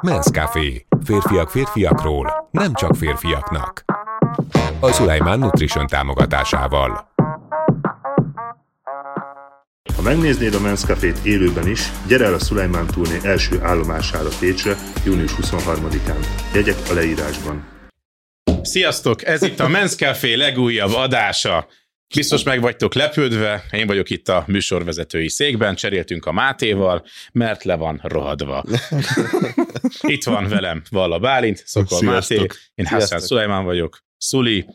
Men's Café. Férfiak férfiakról, nem csak férfiaknak. A Sulaiman Nutrition támogatásával. Ha megnéznéd a Men's Cafét élőben is, gyere el a Szulajmán turné első állomására Pécsre, június 23-án. Jegyek a leírásban. Sziasztok! Ez itt a Men's Café legújabb adása. Biztos meg vagytok lepődve, én vagyok itt a műsorvezetői székben, cseréltünk a Mátéval, mert le van rohadva. itt van velem Valla Bálint, Szokol Sziasztok. Máté, én Hassan Sziasztok. Szulajmán vagyok, Szuli,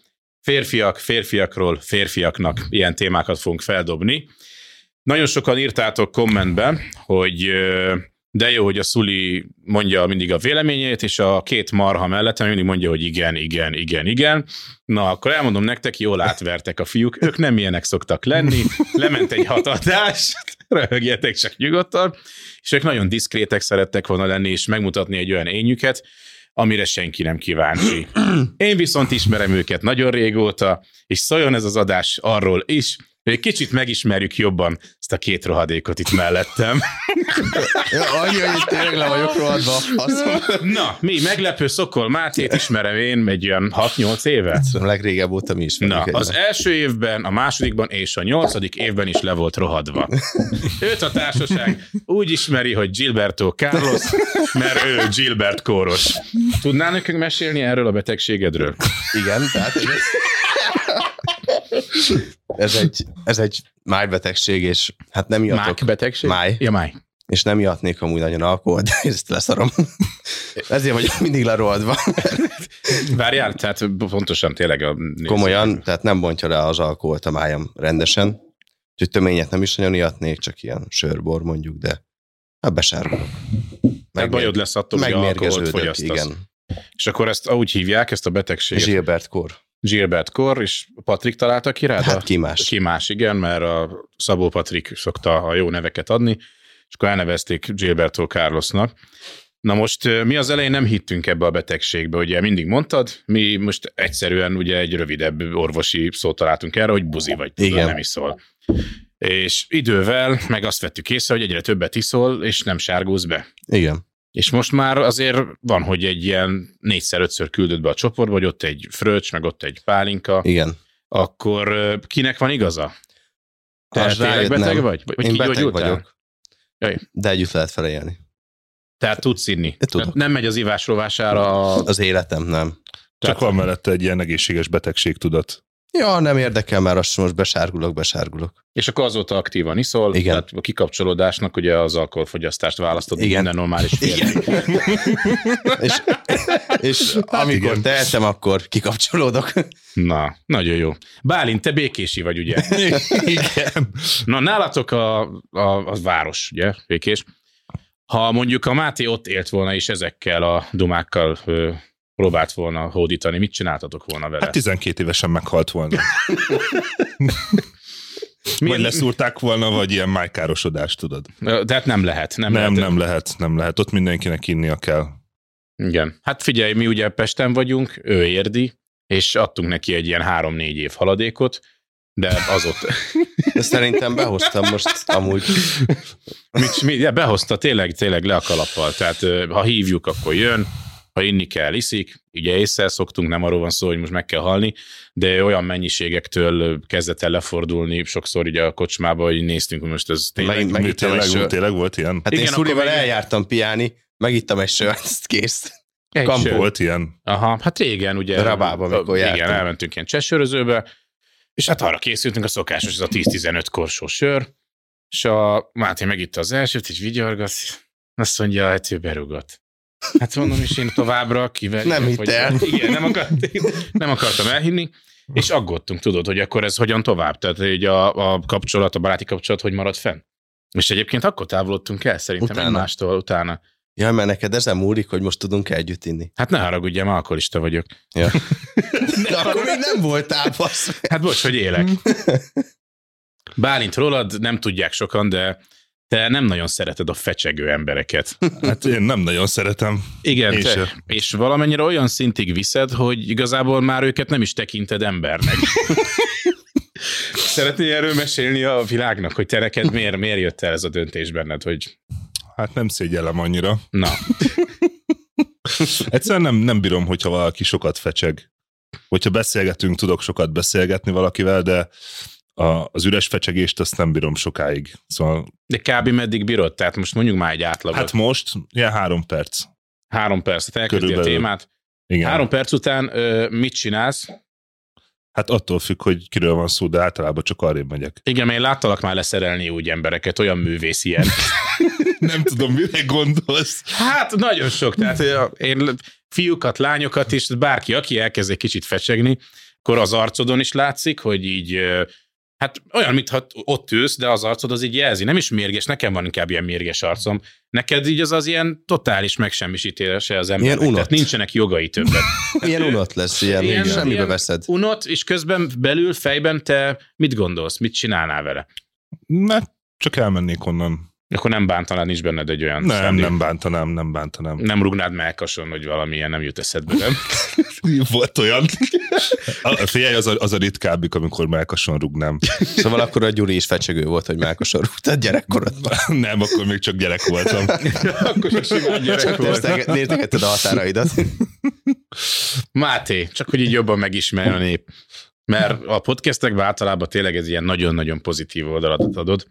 férfiak, férfiakról, férfiaknak ilyen témákat fogunk feldobni. Nagyon sokan írtátok kommentben, hogy ö, de jó, hogy a Szuli mondja mindig a véleményét, és a két marha mellett mindig mondja, hogy igen, igen, igen, igen. Na, akkor elmondom nektek, jól átvertek a fiúk, ők nem ilyenek szoktak lenni, lement egy hatadás, röhögjetek csak nyugodtan, és ők nagyon diszkrétek szerettek volna lenni, és megmutatni egy olyan ényüket, amire senki nem kíváncsi. Én viszont ismerem őket nagyon régóta, és szóljon ez az adás arról is, hogy egy kicsit megismerjük jobban ezt a két rohadékot itt mellettem. Ja, annyi, hogy tényleg le vagyok rohadva. Azt mondom, Na, mi meglepő Szokol Mátét ismerem én egy olyan 6-8 éve. legrégebb óta mi is. Na, az első évben, a másodikban és a nyolcadik évben is le volt rohadva. Őt a társaság úgy ismeri, hogy Gilberto Carlos, mert ő Gilbert Kóros. Tudnál nekünk mesélni erről a betegségedről? Igen, tehát ez, ez egy, ez egy májbetegség, és hát nem iatok. Mike betegség? Máj. Ja, máj. És nem iatnék amúgy nagyon alkohol, de ezt leszarom. Ezért vagyok mindig lerohadva. Várjál, tehát pontosan tényleg a... nézzük. Komolyan, tehát nem bontja le az alkoholt a májam rendesen. Úgyhogy töményet nem is nagyon iatnék, csak ilyen sörbor mondjuk, de hát besárgulok. Tehát bajod lesz attól, hogy alkoholt Megmérgeződök, fogyasztasz. igen. És akkor ezt úgy hívják, ezt a betegséget, Gilbert kor. Gilbert Kor, és Patrik találta ki rád? a- Hát ki más. Ki más, igen, mert a Szabó Patrik szokta a jó neveket adni, és akkor elnevezték Gilberto Carlosnak. Na most ö, mi az elején nem hittünk ebbe a betegségbe, ugye mindig mondtad, mi most egyszerűen ugye egy rövidebb orvosi szót találtunk erre, hogy buzi vagy, igen. Igen. nem iszol. És idővel meg azt vettük észre, hogy egyre többet iszol, és nem sárgulsz be. Igen. És most már azért van, hogy egy ilyen négyszer-ötször küldött be a csoportba, hogy ott egy fröccs, meg ott egy pálinka, Igen. akkor ö, kinek van igaza? Te Az tényleg rájött, beteg nem. vagy? Vagy Én beteg kigyógyultál? vagyok. Jaj. De együtt lehet felélni. Tehát tudsz inni. Én tudok. Nem megy az ivásrovására. a- Az életem nem. Tehát- Csak van mellette egy ilyen egészséges betegségtudat. Hát Ja, nem érdekel már azt, most besárgulok, besárgulok. És akkor azóta aktívan iszol. Igen. Tehát a kikapcsolódásnak ugye az alkoholfogyasztást választod, Igen. Igen. minden normális férfi. És, és hát amikor igen. igen. tehetem, akkor kikapcsolódok. Na, nagyon jó. Bálint, te békési vagy, ugye? Igen. Na, nálatok a, a, a város, ugye, békés. Ha mondjuk a Máté ott élt volna, és ezekkel a dumákkal ö, próbált volna hódítani, mit csináltatok volna vele? Hát 12 évesen meghalt volna. Milyen- Vagy leszúrták volna, vagy ilyen májkárosodás, tudod. Ö, De hát nem lehet. Nem, Nem, lehet. nem lehet, nem lehet. Ott mindenkinek innia kell. Igen. Hát figyelj, mi ugye Pesten vagyunk, ő érdi, és adtunk neki egy ilyen három-négy év haladékot, de azóta... De szerintem behoztam most amúgy. Hát mit, mit, ja, behozta tényleg, tényleg le a kalappal. Tehát ö, ha hívjuk, akkor jön, ha inni kell, iszik, ugye észre szoktunk, nem arról van szó, hogy most meg kell halni, de olyan mennyiségektől ö, kezdett el lefordulni, sokszor ugye a kocsmába, hogy néztünk, hogy most ez tényleg... Megint Meg megittem tényleg, egy sör. sört. tényleg volt ilyen? Hát Hát én Igen, akkor Szurival még- eljártam piáni, megittem egy sört, ezt kész. Egy kampó. sör. volt ilyen. Aha, hát régen ugye. Rabába, mikor Igen, jártunk. elmentünk ilyen csesörözőbe, és hát arra készültünk a szokásos, ez a 10-15 korsó sör, és a Máté megitta az elsőt, így vigyorgat, azt mondja, hát ő berugott. Hát mondom, és én továbbra kivel. Nem hitte el. Igen, nem, akart, nem akartam elhinni, és aggódtunk, tudod, hogy akkor ez hogyan tovább, tehát így a, a kapcsolat, a baráti kapcsolat hogy marad fenn. És egyébként akkor távolodtunk el, szerintem utána. Utána. egymástól utána. Jaj, mert neked ezen múlik, hogy most tudunk együtt inni. Hát ne haragudj, már alkoholista vagyok. Ja. De akkor még nem voltál, basz. Hát bocs, hogy élek. Bálint rólad nem tudják sokan, de te nem nagyon szereted a fecsegő embereket. Hát én nem nagyon szeretem. Igen, Én te, se. és valamennyire olyan szintig viszed, hogy igazából már őket nem is tekinted embernek. Szeretnél erről mesélni a világnak, hogy te neked miért, miért jött el ez a döntés benned, hogy hát nem szégyellem annyira. Na, Egyszerűen nem, nem bírom, hogyha valaki sokat fecseg. Hogyha beszélgetünk, tudok sokat beszélgetni valakivel, de a, az üres fecsegést azt nem bírom sokáig. Szóval, de kb. meddig bírod? Tehát most mondjuk már egy átlagot. hát most ilyen három perc. három percet elkezdi a körülbelül. témát. Igen. Három perc után ö, mit csinálsz? Hát attól függ, hogy kiről van szó, de általában csak arrébb megyek. Igen, mert én láttalak már leszerelni úgy embereket, olyan művész ilyen. Nem tudom, mire gondolsz. Hát nagyon sok, tehát ö, én fiúkat, lányokat is, bárki, aki elkezd egy kicsit fecsegni, akkor az arcodon is látszik, hogy így, ö, hát olyan, mintha ott ülsz, de az arcod az így jelzi. Nem is mérges, nekem van inkább ilyen mérges arcom. Neked így az az ilyen totális megsemmisítése az embernek. Tehát unott. nincsenek jogai többet. Ilyen unat lesz, ilyen, Ilyen- ilyen semmibe ilyen- veszed. Unott, és közben belül fejben te mit gondolsz, mit csinálnál vele? Mert csak elmennék onnan. Akkor nem bántanád, nincs benned egy olyan Nem, szándék. nem bántanám, nem bántanám. nem rugnád melkason, hogy valamilyen nem jut eszedbe, nem? Volt olyan. A, figyelj, az a, az a ritkábbik, amikor melkason rúgnám. Szóval akkor a Gyuri is fecsegő volt, hogy Mákos a rúgtad gyerekkorodban. Nem, akkor még csak gyerek voltam. Akkor csak simán gyerek Csak volt. néztege- nézegetted a határaidat. Máté, csak hogy így jobban megismerjen a nép. Mert a podcastekben általában tényleg ez ilyen nagyon-nagyon pozitív oldalat adod,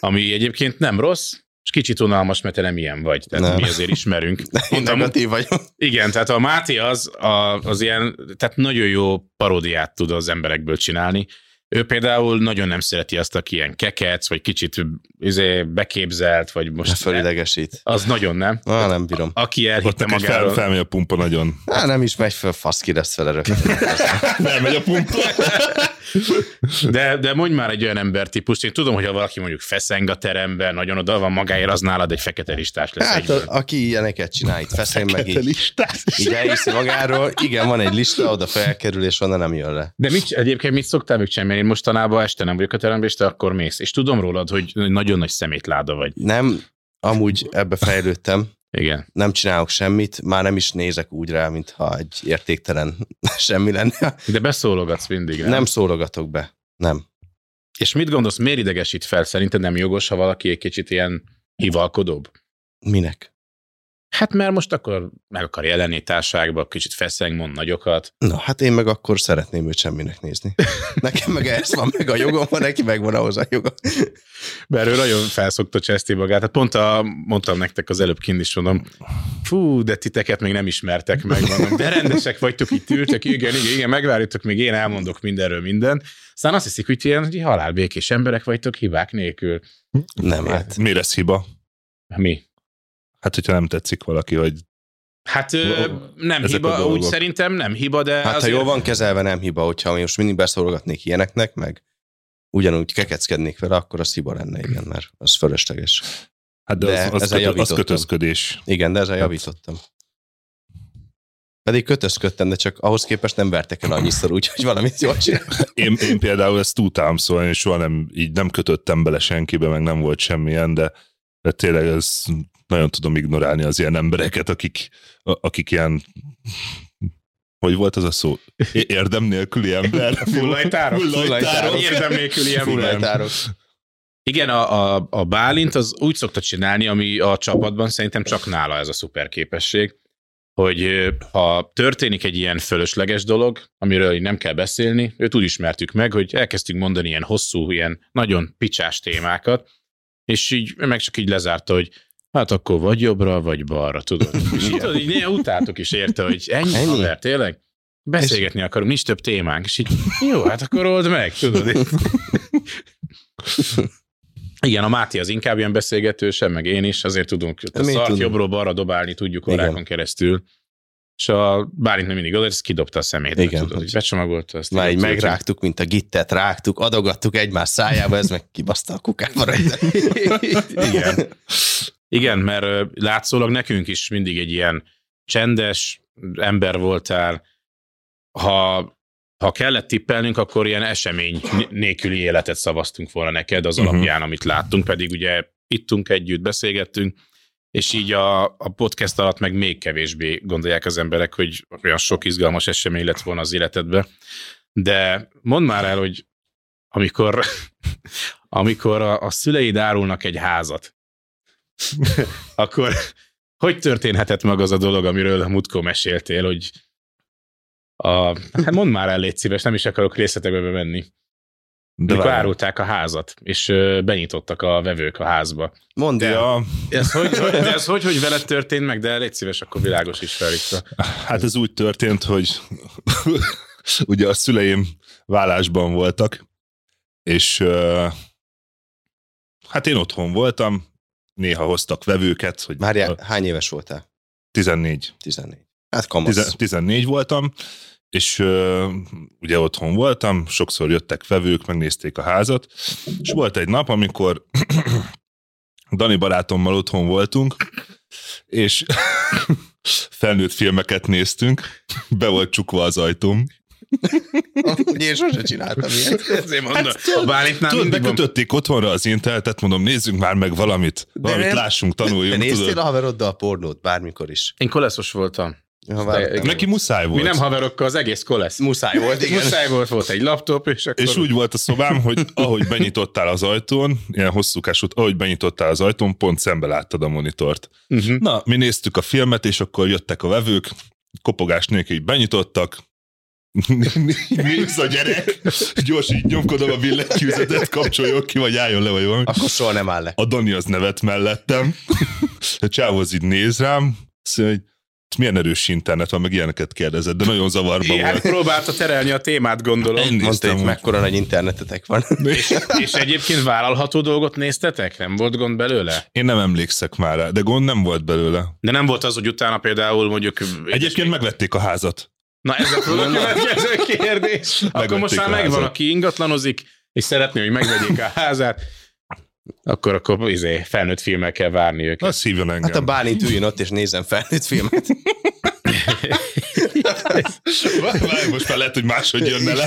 ami egyébként nem rossz, és kicsit unalmas, mert te nem ilyen vagy. Tehát nem. Nem. mi azért ismerünk. Én Mondtam, negatív vagyok. igen, tehát a Máté az, a, az ilyen, tehát nagyon jó paródiát tud az emberekből csinálni. Ő például nagyon nem szereti azt, aki ilyen kekec, vagy kicsit izé, beképzelt, vagy Most most... fölidegesít. Az nagyon nem. Á, nem bírom. Aki Ott elhitte neked fel, magáról. felmegy a pumpa nagyon. Á, nem is megy föl, fasz ki lesz vele rögtön. Felmegy a pumpa. De, de mondj már egy olyan embertípust, én tudom, hogy ha valaki mondjuk feszeng a teremben, nagyon oda van magáért, az nálad egy fekete listás lesz. Hát, egyből. a- aki ilyeneket csinál, itt feszél meg Te így. listás. Így elhiszi magáról, igen, van egy lista, oda felkerül, és onnan nem jön le. De mit, egyébként mit szoktál még csinálni? Én mostanában este nem vagyok a teremben, és te akkor mész. És tudom rólad, hogy nagyon nagy szemétláda vagy. Nem, amúgy ebbe fejlődtem, Igen. nem csinálok semmit, már nem is nézek úgy rá, mintha egy értéktelen semmi lenne. De beszólogatsz mindig, nem? Igen. Nem szólogatok be. Nem. És mit gondolsz, miért idegesít fel? Szerinted nem jogos, ha valaki egy kicsit ilyen hivalkodóbb? Minek? Hát mert most akkor meg akar jelenni társágba, kicsit feszeng, mond nagyokat. Na, hát én meg akkor szeretném őt semminek nézni. Nekem meg ez van meg a jogom, van, neki meg van ahhoz a joga. Mert ő nagyon felszokta cseszti magát. Hát pont a, mondtam nektek az előbb kint is, mondom, fú, de titeket még nem ismertek meg, mondom, de rendesek vagytok, itt ültök, igen, igen, igen, megvárjátok, még én elmondok mindenről minden. Aztán azt hiszik, hogy ilyen hogy halálbékés emberek vagytok hibák nélkül. Nem, hát. Miért ez hiba? Mi? Hát, hogyha nem tetszik valaki, vagy Hát ö, nem Ezek a hiba, úgy dolgok. szerintem nem hiba, de Hát ha azért- jól van kezelve, nem hiba, hogyha most mindig beszólogatnék ilyeneknek, meg ugyanúgy kekeckednék vele, akkor az hiba lenne, igen, mert az fölösleges. Hát de, De de az, az, ezzel kötö, az javítottam. kötözködés. Igen, de ezzel Hát- javítottam. Pedig kötözködtem, de csak ahhoz képest nem vertek el annyiszor, úgyhogy valamit jól csináltam. Én, én például ezt utálom, szóval én soha nem, így nem kötöttem bele senkibe, meg nem volt semmilyen, de, de tényleg ez nagyon tudom ignorálni az ilyen embereket, akik, a- akik ilyen hogy volt az a szó? É- Érdem nélküli ember. Hullajtárok? Hullajtárok. Érdem nélküli ilyen Fullajtárok. Igen, a, a, a Bálint az úgy szokta csinálni, ami a csapatban szerintem csak nála ez a szuper képesség, hogy ö, ha történik egy ilyen fölösleges dolog, amiről így nem kell beszélni, őt úgy ismertük meg, hogy elkezdtünk mondani ilyen hosszú, ilyen nagyon picsás témákat, és így ő meg csak így lezárta, hogy hát akkor vagy jobbra, vagy balra, tudod. És így, tudod, így néha utáltuk is érte, hogy ennyi, ennyi? Ennyi? haver, tényleg? Beszélgetni akarunk, nincs több témánk, és így jó, hát akkor old meg, tudod. Igen, a Máté az inkább ilyen beszélgetősebb, meg én is, azért tudunk a Mi szart tudunk. jobbról balra dobálni, tudjuk Igen. órákon keresztül. És a Bálint nem mindig oda, ezt kidobta a szemét. Igen, tudod, hogy hogy becsomagolta ezt. Már így kidobta, megrágtuk, mint a gittet, rágtuk, adogattuk egymás szájába, ez meg kibaszta a kukába rajta. Igen. Igen, mert ö, látszólag nekünk is mindig egy ilyen csendes ember voltál. Ha, ha kellett tippelnünk, akkor ilyen esemény né- nélküli életet szavaztunk volna neked az Mhm. alapján, amit láttunk, pedig ugye ittunk együtt, beszélgettünk, és így a, a podcast alatt meg még kevésbé gondolják az emberek, hogy olyan sok izgalmas esemény lett volna az életedbe. De mondd már el, hogy amikor, amikor a, a szüleid árulnak egy házat, akkor hogy történhetett meg az a dolog, amiről a múltkor meséltél, hogy a, hát mondd már el, légy szíves, nem is akarok részletekbe menni. De Mikor várj. árulták a házat, és ö, benyitottak a vevők a házba. Mondd el. Ja, Ez hogy, hogy, de ez hogy, hogy veled történt meg, de légy szíves, akkor világos is fel itt a- hát ez úgy történt, hogy ugye a szüleim vállásban voltak, és ö, hát én otthon voltam, néha hoztak vevőket, hogy Mária, hány éves voltál? 14 14. Hát kamasz. Tizen- 14 voltam, és ö, ugye otthon voltam, sokszor jöttek vevők, megnézték a házat, és volt egy nap, amikor Dani barátommal otthon voltunk, és felnőtt filmeket néztünk, be volt csukva az ajtóm. Amúgy én sose csináltam ilyet. Ezért mondom, a Bálintnál Hát Tudod, mindig van bekötötték otthonra az internetet, mondom, nézzünk már meg valamit, valamit nem. lássunk, Te tanuljunk, néztél tudod. a haveroddal pornót bármikor is? Én koleszos voltam. Ha vártál. Neki muszáj Mi volt. nem haverokkal, az egész kolesz. Muszáj volt, igen. Muszáj volt, volt egy laptop, és akkor... És úgy volt a szobám, hogy ahogy benyitottál az ajtón, ilyen hosszúkás út, ahogy benyitottál az ajtón, pont szembe láttad a monitort. Mhm. Uh-huh. Na, mi néztük a filmet, és akkor jöttek a vevők, kopogás nélkül így benyitottak, Nézz a gyerek, gyors így nyomkodom a billentyűzetet, kapcsoljon ki, vagy álljon le, vagy valami. Akkor soha nem áll le. A Dani az nevet mellettem, a csáv az így néz rám, szóval, hogy milyen erős internet van, meg ilyeneket kérdezett, de nagyon zavarba Igen, volt. Hát próbálta terelni a témát, gondolom. Én Mondta, néztem, hogy hogy mekkora nagy internetetek van. És, és egyébként vállalható dolgot néztetek? Nem volt gond belőle? én nem emlékszek már rá, de gond nem volt belőle. De nem volt az, hogy utána például mondjuk... Egyébként megvették a házat. Na ez a következő kérdés. Akkor Megvették most már a megvan, házat. aki ingatlanozik, és szeretné, hogy megvegyék a házát, akkor akkor izé, felnőtt filmmel kell várni őket. Azt hívjon engem. Hát a Bálint üljön ott, és nézem felnőtt filmet. Várj, most már lehet, hogy máshogy jönne le.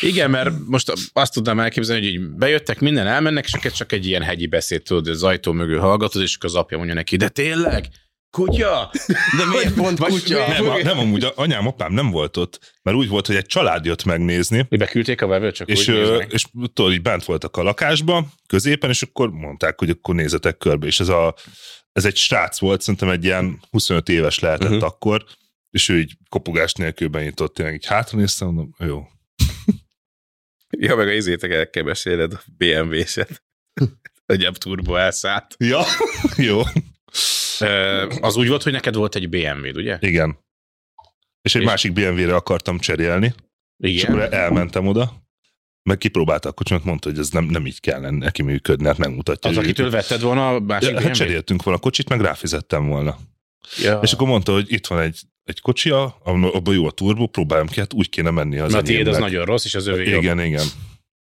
Igen, mert most azt tudnám elképzelni, hogy így bejöttek, minden elmennek, és akkor csak egy ilyen hegyi beszéd, tudod, az ajtó mögül hallgatod, és akkor az apja mondja neki, de tényleg? Kutya? De miért pont Vagy kutya? miért? Nem, a- nem amúgy, a- anyám, apám nem volt ott, mert úgy volt, hogy egy család jött megnézni, Hogy beküldték a vevőt, csak és, úgy ö, néznek. és tudod, így bent voltak a lakásba, középen, és akkor mondták, hogy akkor nézzetek körbe, és ez, a, ez egy srác volt, szerintem egy ilyen 25 éves lehetett Mhm. uh-huh. akkor, és ő így kopogás nélkül benyitott, tényleg így hátra néztem, mondom, jó. Ja, meg a izétek el kell beszélned a BMW-set. Egyéb turbo elszállt. Ja, jó, Ö, Az úgy volt, hogy neked volt egy BMW-d, ugye? igen. És egy És- másik BMW-re akartam cserélni, És Igen. akkor elmentem oda, meg kipróbálta a kocsimat, mondta, hogy ez nem, nem így kell neki működni, hát megmutatja. Az, hogy ő- akitől vetted volna a másik Ja, hát BMW-t? cseréltünk volna a kocsit, meg ráfizettem volna. Ja. És akkor mondta, hogy itt van egy, egy kocsi, a- abban jó a turbo, próbáljam ki, hát úgy kéne menni az Na tiéd az enyémnek. nagyon rossz, és az övé jobb. Igen, igen.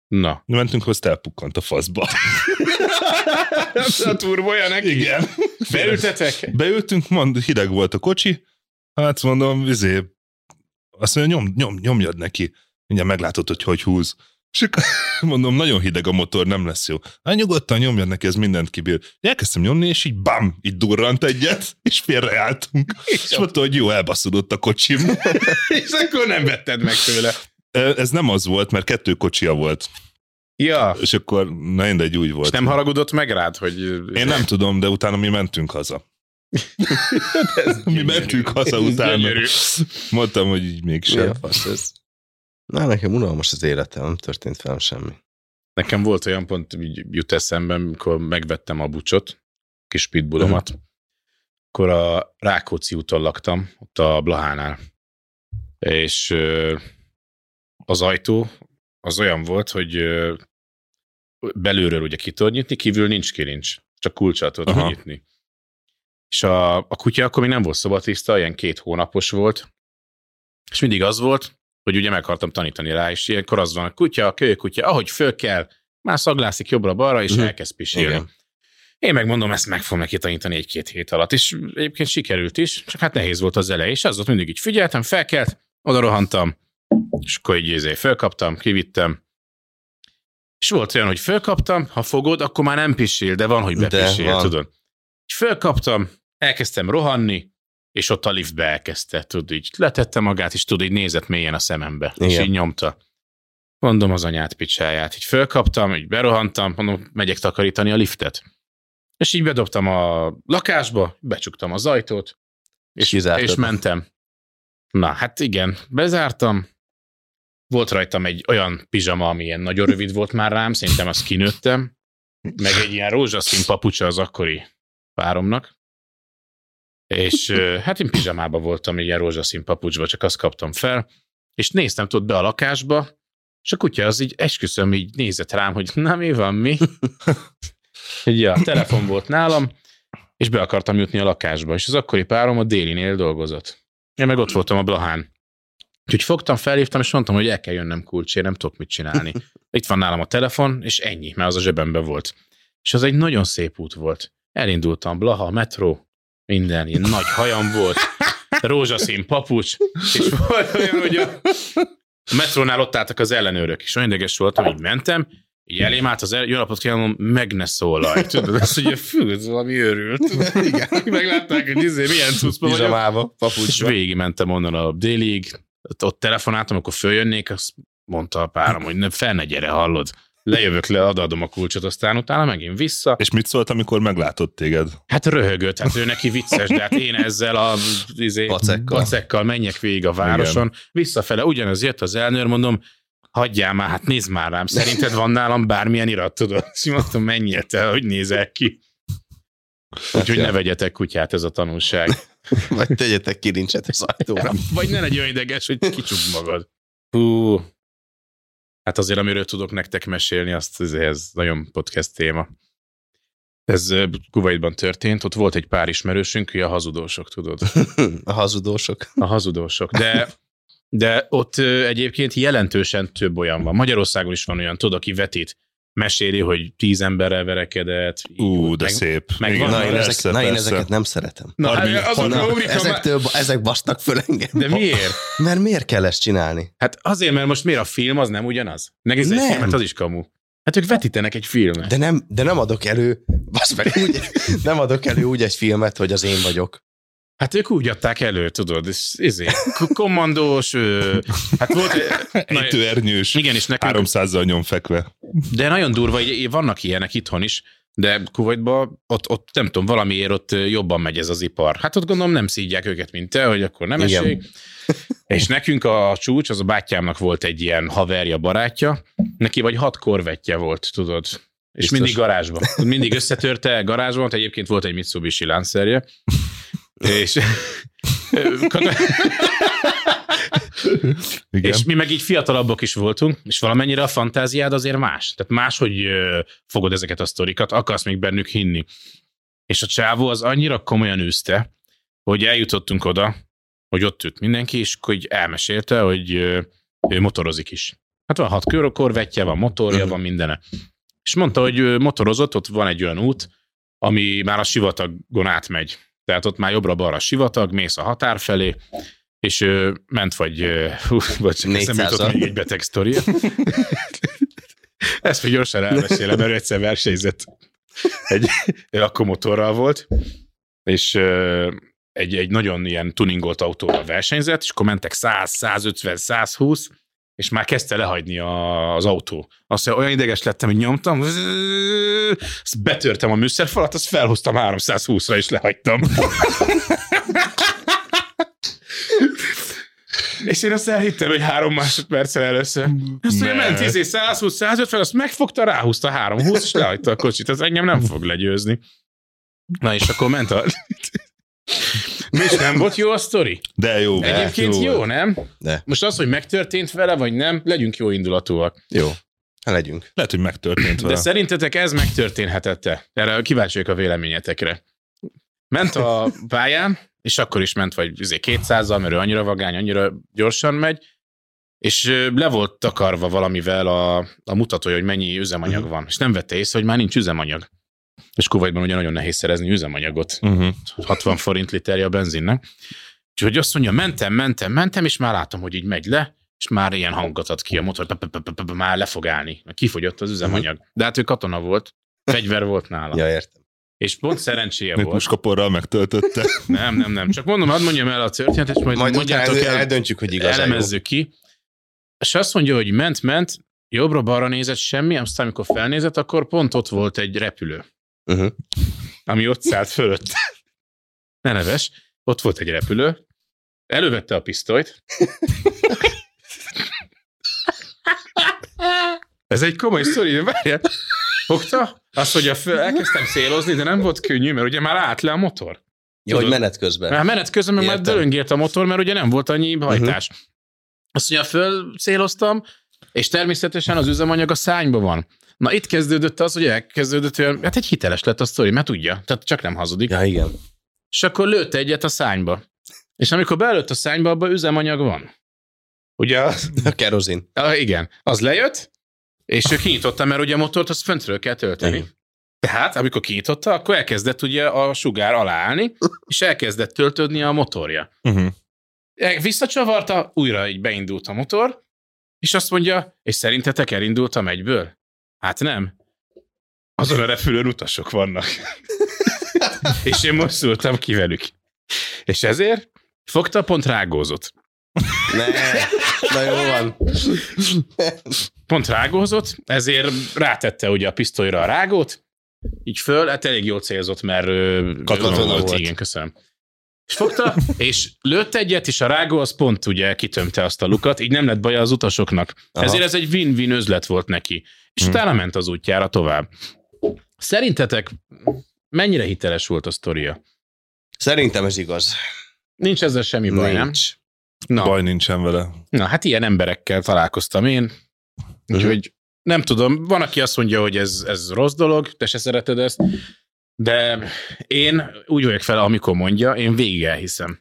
Na. Mentünk hozzá, elpukkant a faszba. A turbója neki? Igen. Beültetek? Beültünk, mond, hideg volt a kocsi, hát mondom, izé, azt mondja, nyom, nyom, nyomjad neki, mindjárt meglátod, hogy hogy húz. És akkor mondom, nagyon hideg a motor, nem lesz jó. Hát nyugodtan nyomjad neki, ez mindent kibír. Elkezdtem nyomni, és így bam, így durrant egyet, és félreálltunk. És mondta, hogy jó, elbaszodott a kocsim. És akkor nem vetted meg tőle. Ö, Ez nem az volt, mert kettő kocsia volt. Ja. És akkor, na mindegy, úgy volt. És nem haragudott meg rád, hogy... Én nem tudom, de utána mi mentünk haza. mi mentünk haza utána. Gyönyörű. Mondtam, hogy így mégsem. Mi a fasz ez? Na, nekem unalmas az életem, nem történt velem semmi. Nekem volt olyan pont, így jut eszembe, amikor megvettem a bucsot, kis pitbullomat, akkor a Rákóczi úton laktam, ott a Blahánál. És ö, az ajtó az olyan volt, hogy ö, belülről ugye ki tudod nyitni, kívül nincs kilincs, csak kulcsal tudod Aha. nyitni. És a, a kutya akkor még nem volt szobatiszta, ilyen két hónapos volt, és mindig az volt, hogy ugye meg akartam tanítani rá, és ilyenkor az van, a kutya, a kölykutya, ahogy föl kell, már szaglászik jobbra-balra, és Mhm. elkezd pisilni. Igen. Én megmondom, ezt meg fogom neki tanítani egy-két hét alatt, és egyébként sikerült is, csak hát nehéz volt az eleje, és az ott mindig így figyeltem, felkelt, oda rohantam, és akkor így izé fölkaptam, kivittem, és volt olyan, hogy fölkaptam, ha fogod, akkor már nem pisil, de van, hogy De bepisil, van. tudod. És fölkaptam, elkezdtem rohanni, és ott a liftbe elkezdte, tudod, így letette magát, és tudod, így nézett mélyen a szemembe, Igen. és Igen. így nyomta. Mondom az anyát picsáját, így fölkaptam, így berohantam, mondom, megyek takarítani a liftet. És így bedobtam a lakásba, becsuktam az ajtót, és, Kizártad. és mentem. Na, hát igen, bezártam. Volt rajtam egy olyan pizsama, ami ilyen nagyon rövid volt már rám, szerintem azt kinőttem. Meg egy ilyen rózsaszín papucsa az akkori páromnak. És ö, hát én pizsamába voltam, egy ilyen rózsaszín papucsba, csak azt kaptam fel. És néztem tudod be a lakásba, és a kutya az így esküszöm, így nézett rám, hogy na mi van, mi? Így ja, telefon volt nálam, és be akartam jutni a lakásba, és az akkori párom a délinél dolgozott. Én meg ott voltam a Blahán. Úgyhogy fogtam, felhívtam, és mondtam, hogy el kell jönnem kulcsért, nem tudok mit csinálni. Itt van nálam a telefon, és ennyi, mert az a zsebemben volt. És az egy nagyon szép út volt. Elindultam, Blaha, metró, minden, ilyen nagy hajam volt, rózsaszín papucs, és volt olyan, hogy a a metrónál ott álltak az ellenőrök, és olyan ideges voltam, hogy mentem, így elém állt az el, jó napot kívánom, meg ne szólalj. Tudod, azt ugye, fű, ez valami őrült. Tudod, Igen. Meglátták, hogy izé, milyen cuszba vagyok. Pizsamába, És papucsba. végigmentem onnan a délig, ott- ott telefonáltam, akkor följönnék, azt mondta a párom, hogy ne, fel ne gyere, hallod. Lejövök le, adadom a kulcsot, aztán utána megint vissza. És mit szólt, amikor meglátott téged? Hát röhögött, hát ő neki vicces, de hát én ezzel a izé, Pacekkal. pacekkal menjek végig a városon. Visszafele ugyanaz jött az elnőr, mondom, hagyjál már, hát nézd már rám, szerinted van nálam bármilyen irat, tudod? És mondtam, menjél te, hogy nézel ki. Úgyhogy ne vegyetek kutyát, ez a tanulság. Vagy tegyetek kilincset az ajtóra. Vagy ne legyél olyan ideges, hogy kicsuk magad. Hú. Hát azért, amiről tudok nektek mesélni, azt azért ez nagyon podcast téma. Ez ö, Kuwaitban történt, ott volt egy pár ismerősünk, ő a hazudósok, tudod. A hazudósok. A hazudósok. De, de ott ö, egyébként jelentősen több olyan van. Magyarországon is van olyan, tudod, aki vetít, meséli, hogy tíz emberrel verekedett. Ú, de meg- szép. meg van- Na, én, persze, ezek, na, én persze. ezeket nem szeretem. Na, Armin, hát azon Na, ugrik a má- ezektől, ezek basznak föl engem. De miért? Mert miért kell ezt csinálni? Hát azért, mert most miért a film az nem ugyanaz? Megnézd egy Nem. filmet, az is kamu. Hát ők vetítenek egy filmet. De nem, de nem adok elő, basz meg, úgy, nem adok elő úgy egy filmet, hogy az én vagyok. Hát ők úgy adták elő, tudod, és izé, k- kommandós, ö, hát volt, na, Ejtőernyős. igen, és nekünk, 300-zal nyom fekve. de nagyon durva, így- vannak ilyenek itthon is, de Kuwaitban ott, ott nem tudom, valamiért ott jobban megy ez az ipar. Hát ott gondolom nem szídják őket, mint te, hogy akkor nem Igen. esély. És nekünk a csúcs, az a bátyámnak volt egy ilyen haverja, barátja, neki vagy hat korvetje volt, tudod, és Biztos. mindig garázsban. Mindig összetörte garázsban, ott egyébként volt egy Mitsubishi lánszerje, és Igen. És mi meg így fiatalabbak is voltunk, és valamennyire a fantáziád azért más. Tehát máshogy ö, fogod ezeket a sztorikat, akarsz még bennük hinni. És a csávó az annyira komolyan űzte, hogy eljutottunk oda, hogy ott ült mindenki, és akkor így elmesélte, hogy ö, ő motorozik is. Hát van hat kör- korvettje, van motorja, van mindene. És mondta, hogy ö, motorozott, ott van egy olyan út, ami már a sivatagon átmegy. Tehát ott már jobbra-balra sivatag, mész a határ felé, és ö, ment vagy, ö, hú, vagy csak eszembe 400-al. jutott még egy beteg sztoria. Ezt még gyorsan elmesélem, mert ő egyszer versenyzett. Egy, ő akkor motorral volt, és ö, egy, egy nagyon ilyen tuningolt autóval versenyzett, és akkor mentek 100, 150, 120, és már kezdte lehagyni a, az autó. Azt mondja, olyan ideges lettem, hogy nyomtam, azt betörtem a műszerfalat, azt felhoztam 320-ra, és lehagytam. És én azt elhittem, hogy három másodperccel először. Azt mondja, Ne. ment 10 120, 150, azt megfogta, ráhúzta 320, és lehagyta a kocsit. Az engem nem fog legyőzni. Na és akkor ment a... És nem volt jó a sztori? De jó. volt, Egyébként jó, volt. nem? De. Most az, hogy megtörtént vele, vagy nem, legyünk jó indulatúak. Jó. Ha legyünk. Lehet, hogy megtörtént De vele. szerintetek ez megtörténhetette? Erre kíváncsi vagyok a véleményetekre. Ment a pályán, és akkor is ment vagy izé 200-zal, mert ő annyira vagány, annyira gyorsan megy, és ö, le volt takarva valamivel a, a mutatója, hogy mennyi üzemanyag van, és nem vette észre, hogy már nincs üzemanyag. És Kuwaitban ugye nagyon nehéz szerezni üzemanyagot. Uh-huh. 60 forint literje a benzinnek. Úgyhogy azt mondja, mentem, mentem, mentem, és már látom, hogy így megy le, és már ilyen hangot ad ki a motor, pe- pe- pe- pe- pe- már le fog állni. Mert Kifogyott az üzemanyag. De hát ő katona volt, fegyver volt nála. Mhm. Ja, értem. És pont szerencséje Még volt. puskaporral megtöltötte. Nem, nem, nem. Csak mondom, hadd mondjam el a történetet, és majd, Majd mondjátok utána el, eldöntjük, hogy igaz elemezzük ki. És azt mondja, hogy ment, ment, jobbra-balra nézett semmi, aztán amikor felnézett, akkor pont ott volt egy repülő. Uh-huh. ami ott szállt fölött. Ne neves, ott volt egy repülő, elővette a pisztolyt. Ez egy komoly sztori, várjál. Fogta, azt, hogy a föl, elkezdtem szélozni, de nem volt könnyű, mert ugye már állt le a motor. Jó, hogy Tudod. menet közben. Már menet közben meg már Értem. döröngélt a motor, mert ugye nem volt annyi hajtás. Uh-huh. Azt mondja, fölszéloztam, és természetesen az üzemanyag a szányban van. Na itt kezdődött az, hogy elkezdődött olyan, hát egy hiteles lett a sztori, mert tudja, tehát csak nem hazudik. Ja, igen. És akkor lőtt egyet a szányba. És amikor belőtt a szányba, abban üzemanyag van. Ugye az, A kerozin. ah, igen, az lejött, és ő kinyitotta, mert ugye a motort azt föntről kell tölteni. Igen. Tehát, amikor kinyitotta, akkor elkezdett ugye a sugár aláállni, és elkezdett töltődni a motorja. Uh-huh. E, Visszacsavarta, újra így beindult a motor, és azt mondja, és szerintetek elindultam egyből? Hát nem. Azon a repülőn utasok vannak. és én most szültem ki velük. És ezért fogta pont rágózott. Ne, na jó van. Pont rágózott, ezért rátette ugye a pisztolyra a rágót, így föl, hát elég jól célzott, mert ö, Katona volt. Igen, köszönöm. És fogta, és lőtt egyet, és a rágó az pont ugye kitömte azt a lukat, így nem lett baja az utasoknak. Aha. Hm. Aha. Ezért ez egy win-win üzlet volt neki. És hmm. utána ment az útjára tovább. Szerintetek mennyire hiteles volt a sztoria? Szerintem ez igaz. Nincs ezzel semmi baj, nem? Nincs. Na, Baj nincsen vele. Na, hát ilyen emberekkel találkoztam én, úgyhogy nem tudom, van, aki azt mondja, hogy ez, ez rossz dolog, te se szereted ezt, de én úgy vagyok fel, amikor mondja, én végig Hát elhiszem.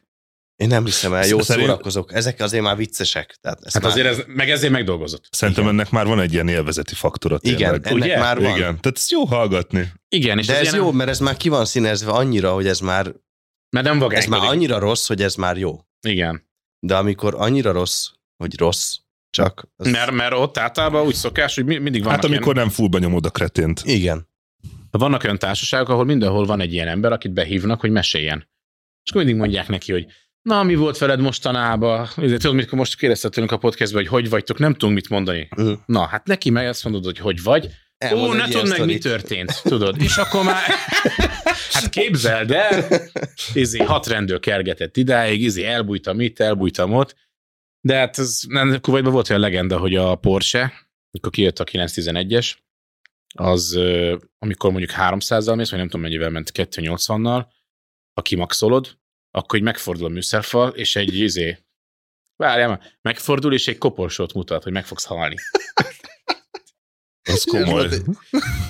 Én nem hiszem el, jó Szerint- szórakozok. Ezek azért már viccesek. Tehát ezt Hát már... azért ez, meg ezért megdolgozott. Szerintem ennek már van egy ilyen élvezeti faktora tényleg. Igen, ennek Ugye? már van. Igen, tehát ez jó hallgatni. Igen, és De ez ilyen- jó, mert ez már ki van színezve annyira, hogy ez már, mert nem ez vagánykodik. már annyira rossz, hogy ez már jó. Igen, De amikor annyira rossz, hogy rossz, csak... Az... mert, mert ott általában úgy szokás, hogy mi- mindig vannak, hát amikor olyan, nem fullba nyomod a kretént. Igen. vannak olyan társaságok, ahol mindenhol van egy ilyen ember, akit behívnak, hogy meséljen. És akkor mindig mondják neki, hogy na, mi volt veled mostanában? Ugye, Tudod, mikor most kérdezted tőlünk a podcastben, hogy hogy vagytok, nem tudunk mit mondani. Mm. Na, hát neki meg azt mondod, hogy hogy vagy. Ó, Elmond ne egy tudd ilyen meg, mi sztorit. történt, tudod. És akkor már, hát képzeld el, izé, hat rendőr kergetett idáig, izé, elbújtam itt, elbújtam ott. De hát ez, nem, Kuwaitban volt olyan legenda, hogy a Porsche, mikor kijött a 911-es, az, ö, amikor mondjuk 300-zal mész, vagy nem tudom mennyivel ment, 280-nal, ha kimaxolod, akkor így megfordul a műszerfal, és egy izé, várjál már, megfordul, és egy koporsót mutat, hogy meg fogsz halni. Ez komoly.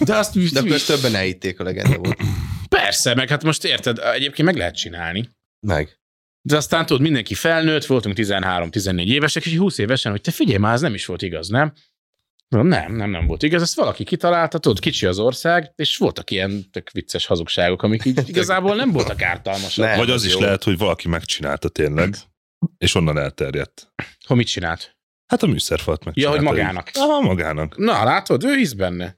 De azt De akkor ezt többen elhitték a legenda volt. Persze, meg hát most érted, egyébként meg lehet csinálni. Meg. De aztán tudod, mindenki felnőtt, voltunk 13-14 évesek, és így 20 évesen, hogy te figyelj már, ez nem is volt igaz, nem? Mondom, nem, nem, nem volt igaz, ezt valaki kitalálta, tudod, kicsi az ország, és voltak ilyen tök vicces hazugságok, amik így igazából nem voltak ártalmasak. Nem. Vagy az is jó. lehet, hogy valaki megcsinálta tényleg, és onnan elterjedt. Ha mit csinált? Hát a műszerfalt meg. Ja, hogy magának. Aha, magának. Na, látod, ő hisz benne.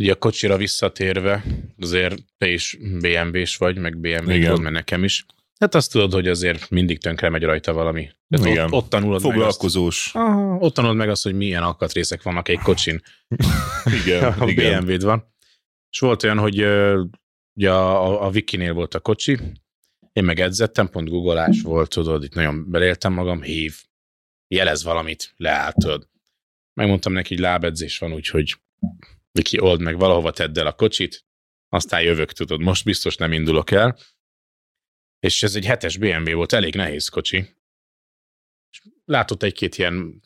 Ugye a kocsira visszatérve, azért te is BMW-s vagy, meg BMW-t Igen. volt, mert nekem is. Hát azt tudod, hogy azért mindig tönkre megy rajta valami. Tehát Igen. Ott, ott tanulod meg azt. Foglalkozós. Aha, ott tanulod meg azt, hogy milyen alkatrészek vannak egy kocsin, Igen, ha igen. BMW-d van. És volt olyan, hogy ö, ugye a, a, a Wikinél volt a kocsi, én meg edzettem, pont googolás volt, tudod, itt nagyon beléltem magam, hív, jelez valamit, leállt, tudod. Megmondtam neki, hogy lábedzés van, úgyhogy Viki, old meg valahova tedd el a kocsit, aztán jövök, tudod, most biztos nem indulok el. És ez egy hetes BMW volt, elég nehéz kocsi. És Látott egy-két ilyen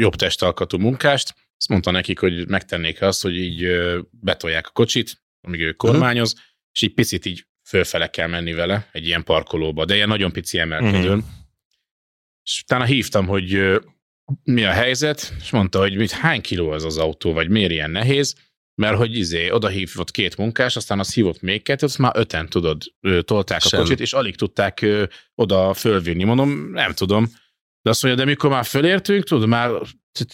jobb testalkatú munkást, azt mondta nekik, hogy megtennék azt, hogy így ö, betolják a kocsit, amíg ő kormányoz, uh-huh. és így picit így fölfele kell menni vele egy ilyen parkolóba, de ilyen nagyon pici emelkedőn. Uh-huh. És utána hívtam, hogy ö, mi a helyzet, és mondta, hogy mit, hány kiló ez az autó, vagy miért ilyen nehéz, mert hogy izé, oda hívott két munkás, aztán azt hívott még kettőt, azt már öten, tudod, ö, tolták Sem. a kocsit, és alig tudták ö, oda fölvinni. Mondom, nem tudom. De azt mondja, de mikor már fölértünk, tudod, már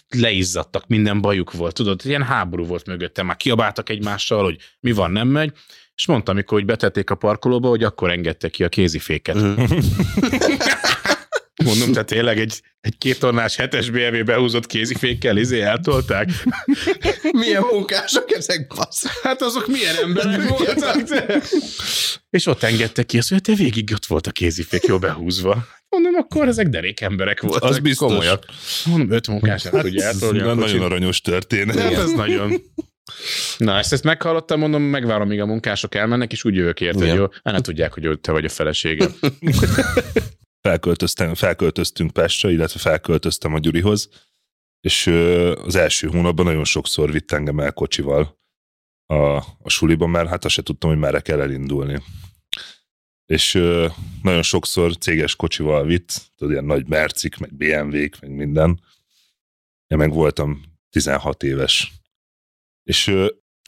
leizzadtak, minden bajuk volt, tudod, ilyen háború volt mögöttem, már kiabáltak egymással, hogy mi van, nem megy, és mondta, amikor hogy betették a parkolóba, hogy akkor engedte ki a kéziféket. Mhm. Mondom, tehát tényleg egy, egy két tonnás hetes BMW behúzott kézifékkel izé eltolták. Milyen munkások ezek, bassz? Hát azok milyen emberek voltak? És ott engedte ki azt, hogy te végig ott volt a kézifék jó behúzva. Mondom, akkor ezek derék emberek voltak. Az biztos. Hát, Komolyak. Mondom, öt munkás nem tudja Ez eltolni a nagyon kocsit. aranyos történet. Hát ez nagyon... Na, ezt, ezt meghallottam, mondom, megvárom, míg a munkások elmennek, és úgy jövök érte, hogy Igen. jó, hát nem tudják, hogy te vagy a feleségem. felköltöztem, felköltöztünk Pestre, illetve felköltöztem a Gyurihoz, és ö, az első hónapban nagyon sokszor vitt engem el kocsival a, a suliban, mert hát azt se tudtam, hogy merre kell elindulni. És ö, nagyon sokszor céges kocsival vitt, tudod, ilyen nagy mercik, meg BMW-k, meg minden. Én meg voltam 16 éves. És ö,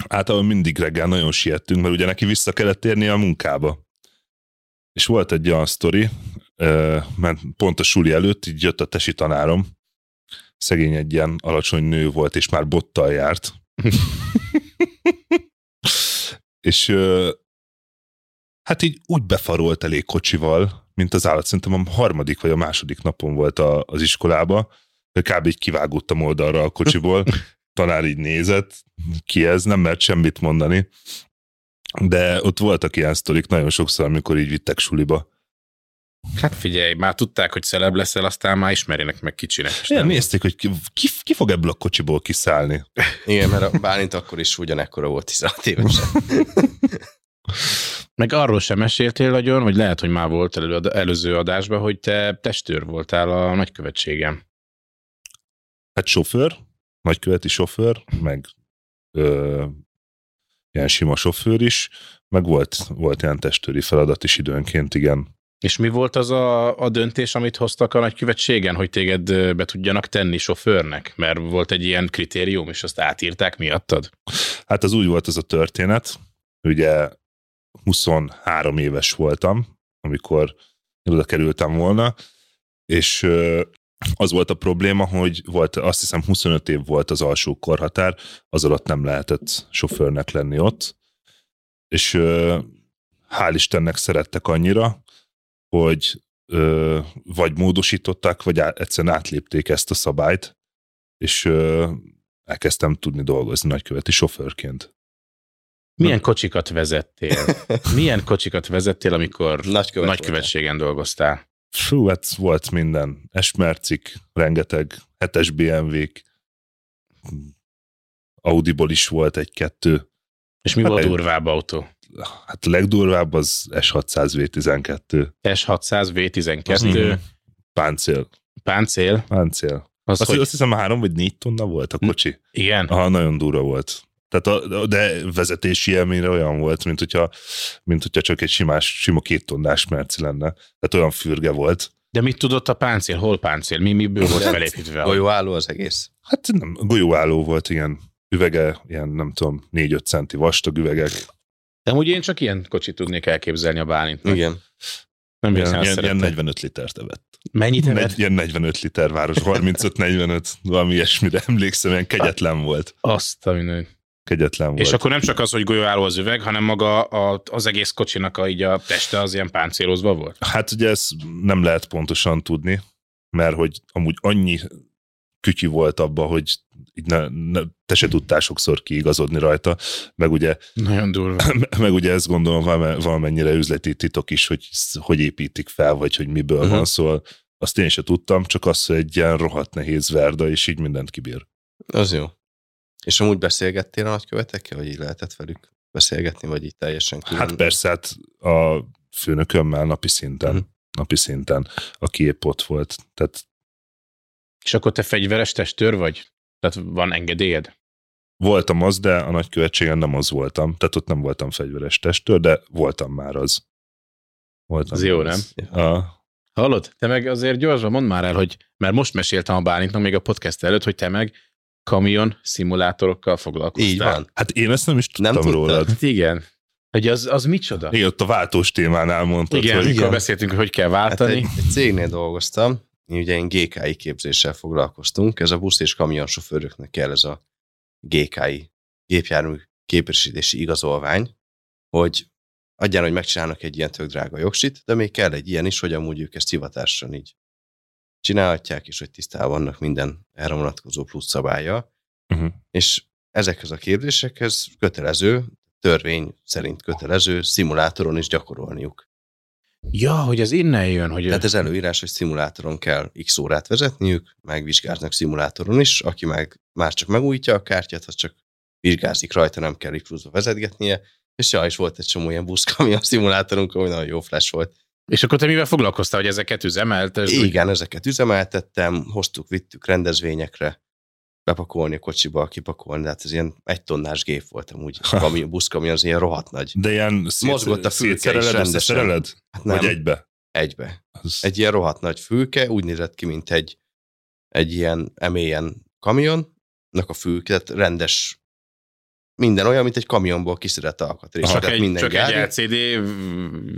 általában mindig reggel nagyon siettünk, mert ugye neki vissza kellett térnie a munkába. És volt egy olyan sztori, ö, ment pont a suli előtt, így jött a tesi tanárom, szegény egy ilyen alacsony nő volt, és már bottal járt. és ö, hát így úgy befarolt elég kocsival, mint az állat. Szerintem a harmadik vagy a második napon volt a, az iskolába, hogy kb. így kivágódtam oldalra a kocsiból, tanár így nézett, ki ez, nem mert semmit mondani. De ott voltak ilyen sztorik nagyon sokszor, amikor így vittek suliba. Hát figyelj, már tudták, hogy celeb leszel, aztán már ismerének meg kicsinek. és Igen, nem- nézték, hogy ki, ki, ki fog ebből a kocsiból kiszállni. Igen, mert a Bálint akkor is ugyanekkora volt 16 évesen. Meg arról sem meséltél nagyon, vagy lehet, hogy már volt elő, előző adásban, hogy te testőr voltál a nagykövetségem. Hát sofőr, nagyköveti sofőr, meg ö, ilyen sima sofőr is, meg volt, volt ilyen testőri feladat is időnként, igen. És mi volt az a, a döntés, amit hoztak a nagykövetségen, hogy téged ö, be tudjanak tenni sofőrnek? Mert volt egy ilyen kritérium, és azt átírták miattad. Hát az úgy volt az a történet, ugye 23 éves voltam, amikor oda kerültem volna, és ö, az volt a probléma, hogy volt, azt hiszem 25 év volt az alsó korhatár, az alatt nem lehetett sofőrnek lenni ott, és ö, hál' Istennek szerettek annyira, hogy ö, vagy módosították, vagy á, egyszerűen átlépték ezt a szabályt, és ö, elkezdtem tudni dolgozni nagyköveti sofőrként. Milyen kocsikat vezettél? Milyen kocsikat vezettél, amikor Nagykövet nagykövetségen dolgoztál? Fú, hát volt minden. Esmercik, rengeteg, hetes BMW-k, Audiból is volt egy-kettő. És mi Hát volt egy- durvább autó? Hát a legdurvább az S600 V12. S600 Mhm. V12, Páncél. páncél, Páncél. az, Azt, hogy, hogy... azt hiszem három vagy négy tonna volt a kocsi. igen, Aha, nagyon durva volt. Tehát a, de vezetési élményre olyan volt, mint hogyha, mint hogyha csak egy simás, sima két tonnás merci lenne. Tehát olyan fürge volt. de mit tudott a páncél, hol páncél, mi miből volt Hát, felépítve? a- Golyóálló az egész. Hát nem, golyóálló volt, ilyen üvege, ilyen nem tudom, 4-5 centi vastag üvegek. De amúgy én csak ilyen kocsit tudnék elképzelni a Bálintnak. Igen. Nem hiszem, Ilyen, azt ilyen, ilyen szeretem. 45 litert evett. Mennyit evett? Negy, ilyen 45 liter város, 35-45, valami ilyesmire emlékszem, ilyen kegyetlen volt. Azt a minő. Kegyetlen volt. És akkor nem csak az, hogy golyóálló az üveg, hanem maga a, az egész kocsinak a, így a teste az ilyen páncélozva volt. Hát ugye ezt nem lehet pontosan tudni, mert hogy amúgy annyi kütyű volt abba, hogy így ne, ne, te se tudtál sokszor kiigazodni rajta, meg ugye, Nagyon durva. meg ugye ezt gondolom valame- valamennyire üzleti titok is, hogy sz- hogy építik fel, vagy hogy miből uh-huh. Mhm. van, szóval azt én se tudtam, csak az, hogy egy ilyen rohadt nehéz verda, és így mindent kibír. Az jó. És amúgy beszélgettél a nagykövetekkel, vagy így lehetett velük beszélgetni, vagy így teljesen külön? Hát persze, hát a főnökömmel napi szinten, Mhm. uh-huh. napi szinten, aki épp ott volt, tehát És akkor te fegyveres testőr vagy? Tehát van engedélyed? voltam az, de a nagykövetségen nem az voltam, tehát ott nem voltam fegyveres testőr, de voltam már az. Voltam Az jó, már A, Hallod? Te meg azért gyorsan mondd már el, hogy mert most meséltem a Bálintnak még a podcast előtt, hogy te meg kamion szimulátorokkal foglalkoztál. Így van. hát én ezt nem is Nem tudtam nem tudtad? rólad. Hát igen. Hogy az, az micsoda? Én ott a váltós témánál mondtad, Igen, hogy amikor igen. beszéltünk, hogy hogy kell Hát váltani. egy, egy cégnél dolgoztam, mi ugye én GKI képzéssel foglalkoztunk, ez a busz és kamionsofőröknek kell ez a GKI, gépjármű képesítési igazolvány, hogy adján, hogy megcsinálnak egy ilyen tök drága jogsit, de még kell egy ilyen is, hogy amúgy ők ezt hivatáson így csinálhatják, és hogy tisztában vannak minden erre vonatkozó plusz szabálya. Uh-huh. És ezekhez a képzésekhez kötelező, törvény szerint kötelező, szimulátoron is gyakorolniuk. Ja, hogy ez innen jön, hogy... Tehát ez előírás, hogy szimulátoron kell x órát vezetniük, meg vizsgáznak szimulátoron is, aki meg már csak megújítja a kártyát, az csak vizsgázik rajta, nem kell pluszba vezetgetnie, és ja, és volt egy csomó ilyen buszka, ami a szimulátorunk, ami nagyon jó flash volt. És akkor te mivel foglalkoztál, hogy ezeket üzemelted? Igen, ezeket üzemeltettem, hoztuk, vittük rendezvényekre, bepakolni a kocsiba, kipakolni, de hát ez ilyen egy tonnás gép volt amúgy, a kami, busz, ami az ilyen rohadt nagy. De ilyen szét, Mozgott a fülke is szétszereled, rendesen. összeszereled? Hát nem, Vagy egybe? egybe. Az, egy ilyen rohadt nagy fülke, úgy nézett ki, mint egy, egy ilyen emélyen kamionnak a fülke, tehát rendes minden olyan, mint egy kamionból kiszedett alkatrész. Csak Tehát egy, Hát, minden csak egy gyári LCD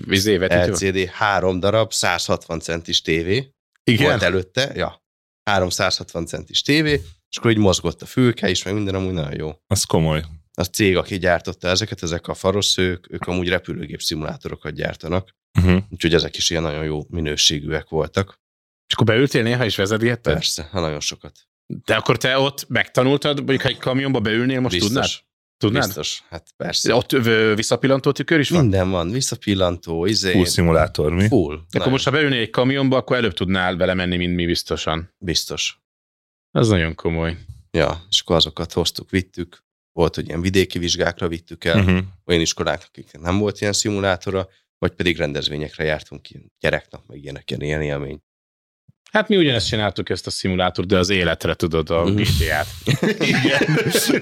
vizévetítő? LCD három darab 160 centis tévé Igen. Igen. volt előtte, ja, három 160 centis tévé, és akkor így mozgott a fülke is, meg minden amúgy nagyon jó. az komoly. A cég, aki gyártotta ezeket, ezek a faroszők, ők amúgy repülőgép szimulátorokat gyártanak, Mhm. Uh-huh. úgyhogy ezek is ilyen nagyon jó minőségűek voltak. És akkor beültél néha és vezetgetted? Persze, ha nagyon sokat. De akkor te ott megtanultad, mondjuk ha egy kamionba beülnél, most tudnád? Tudnád? Biztos, hát persze. De Ott ö, visszapillantó tükör is van? Minden van, visszapillantó, izé. Full szimulátor, mi? Full. Akkor Nagyon most, ha beülnél egy kamionba, akkor előbb tudnál vele menni, mint mi biztosan. Biztos. Ez nagyon komoly. Ja, és akkor azokat hoztuk, vittük. Volt, hogy ilyen vidéki vizsgákra vittük Mhm. el, Uh-huh. olyan iskoláknak, akiknek nem volt ilyen szimulátora, vagy pedig rendezvényekre jártunk ki, gyereknap, meg ilyenek, ilyen, ilyen élmény. Hát mi ugyanezt csináltuk ezt a szimulátort, de az életre tudod a Mhm. GTA-t.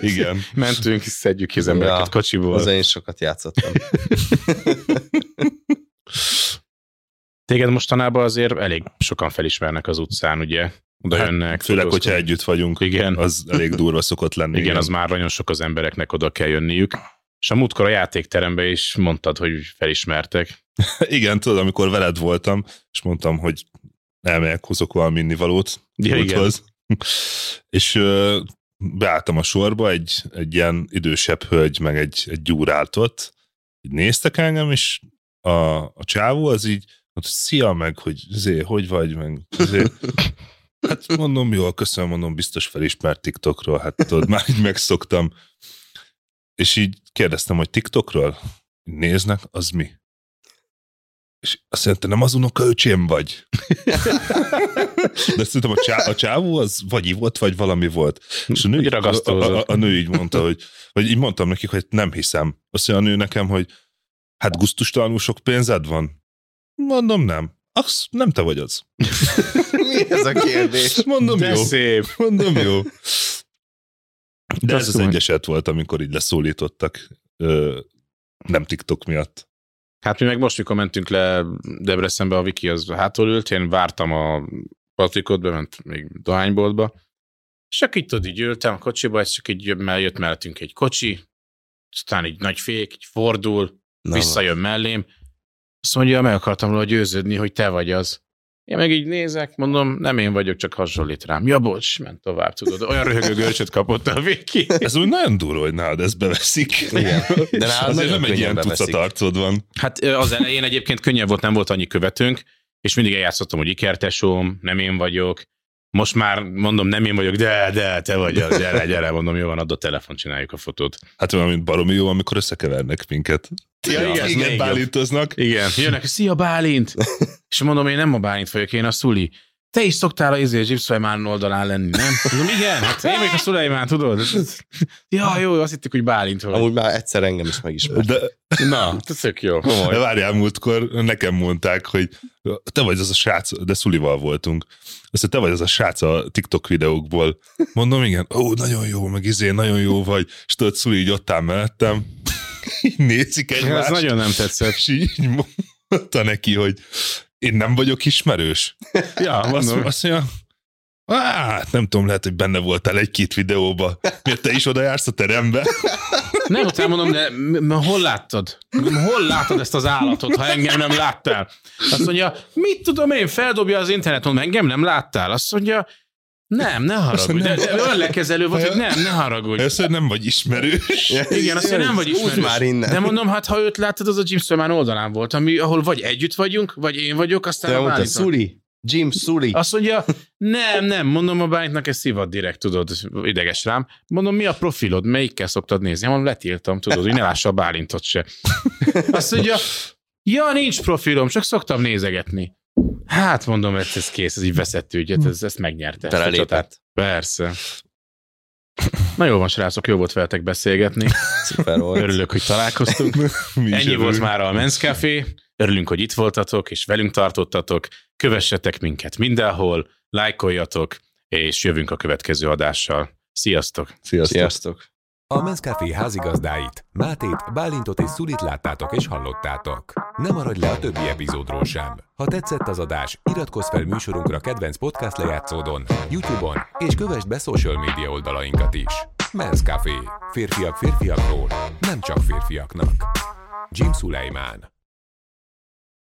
Igen. Mentünk, szedjük ki az embereket Ja, kocsiból. Hozzá én sokat játszottam. Téged mostanában azért elég sokan felismernek az utcán, ugye? Oda Hát, jönnek. Főleg, fotózkodnak. hogyha együtt vagyunk, Igen. az elég durva szokott lenni. Igen, az már nagyon sok az embereknek oda kell jönniük. És a múltkor a játékterembe is mondtad, hogy felismertek. Igen, tudod, amikor veled voltam, és mondtam, hogy elmegyek, hozok valami innivalót Ja, igen. úthoz. És ö, beálltam a sorba, egy, egy ilyen idősebb hölgy, meg egy, egy gyúráltott, így néztek engem, és a, a csávó az így, mondta, szia, meg hogy zé, hogy vagy, meg zé. Hát mondom, jól, köszönöm, mondom, biztos felismert TikTokról, hát tudod, már így megszoktam. És így kérdeztem, hogy TikTokról? Néznek, az mi? És azt mondta, nem az unokaöcsém vagy? De szerintem a, csá, a csávó az vagy ivott, vagy valami volt. És a nő, Úgy a, a, ragasztózott. a, a nő így mondta, hogy, vagy így mondtam nekik, hogy nem hiszem. Azt mondja a nő nekem, hogy hát guztustalanul sok pénzed van? Mondom, nem. Az nem te vagy az. Mi ez a kérdés? Mondom, De jó. szép. Mondom, jó. De ez Azt az mondja. egy eset volt, amikor így leszólítottak, ö, nem TikTok miatt. Hát mi meg most, mikor mentünk le Debrecenbe, a Viki az hátul ült, én vártam a Patrikot, bement még dohányboltba, és csak így tudod, így ültem a kocsiba, és csak így jött, mell- jött mellettünk egy kocsi, aztán így nagy fék, így fordul, Na, visszajön mellém, azt mondja, meg akartam róla győződni, hogy te vagy az. Én meg így nézek, mondom, nem én vagyok, csak hasonlít rám. Ja, bocs, ment tovább, tudod. Olyan röhögő görcsöt kapott a Viki. Ez úgy nagyon durva, hogy nálad ezt beveszik. Igen. De nálad Azért nagyon nem egy könnyen ilyen beveszik. tucat arcod van. Hát ö, az elején egyébként könnyebb volt, nem volt annyi követőnk, és mindig eljátszottam, hogy ikertesóm, nem én vagyok. Most már mondom, nem én vagyok, de, de, te vagy az, gyere, gyere, mondom, jó van, add a telefon, csináljuk a fotót. Hát valamint baromi jó, amikor összekevernek minket. Ja, igen, az még igen jobb. bálintoznak. Igen, jönnek, szia Bálint! És mondom, én nem a Bálint vagyok, én a Szuli. Te is szoktál az izé, Zsipszulajmán oldalán lenni, nem? Mondom, igen, hát én vagyok a Szulajmán, tudod? Ja, jó, azt hittük, hogy Bálint vagy. Amúgy már egyszer engem is megismert. De, Na, ez tök jó. de várjál, múltkor nekem mondták, hogy te vagy az a srác, de Szulival voltunk. Azt mondta, te vagy az a srác a TikTok videókból. Mondom, igen, ó, nagyon jó, meg izé, nagyon jó vagy. És tudod, Szuli így ott áll mellettem, így nézik egymást. Ez nagyon nem tetszett. És így mondta neki, hogy én nem vagyok ismerős. Ja, Azt, mondom, azt mondja, hát nem tudom, lehet, hogy benne voltál egy-két videóba. Miért te is oda jársz a terembe? Nem, ott elmondom, de m- m- hol láttad? M- Hol láttad ezt az állatot, ha engem nem láttál? Azt mondja, mit tudom én, feldobja az interneten, engem nem láttál? Azt mondja, nem, ne haragudj. De, de önlekezelő volt, hogy nem, ne haragudj. Ezt mondja, nem vagy ismerős. Igen, azt mondja, nem vagy Húzd ismerős. már innen. De mondom, hát ha őt láttad, az a Jim Sperman oldalán volt, ami, ahol vagy együtt vagyunk, vagy én vagyok, aztán Te a mondtad, Bálint van. Szuli, Jim Sully. Azt mondja, nem, nem, mondom a bájtnak, ez szivat direkt, tudod, ideges rám. Mondom, mi a profilod, melyikkel szoktad nézni? Hát, Mondom, letiltam, tudod, hogy ne lássa a Bálintot se. Azt mondja, ja, nincs profilom, csak szoktam nézegetni. Hát mondom, ez, ez kész, ez így veszett ügyet, ez, ezt megnyerte. ezt a csatát. Belelépett. Persze. Na jó van, srácok, jó volt veletek beszélgetni. Szuper volt. Örülök, hogy találkoztunk. Mi is Ennyi volt örülünk. már a Men's Café. Örülünk, hogy itt voltatok, és velünk tartottatok. Kövessetek minket mindenhol, lájkoljatok, és jövünk a következő adással. Sziasztok! Sziasztok. Sziasztok. A Men's Café házigazdáit, Mátét, Bálintot és Szulit láttátok és hallottátok. Ne maradj le a többi epizódról sem. Ha tetszett az adás, iratkozz fel műsorunkra kedvenc podcast lejátszódon, YouTube-on, és kövessd be social média oldalainkat is. Men's Café. Férfiak férfiakról, nem csak férfiaknak. Jim Sulaiman.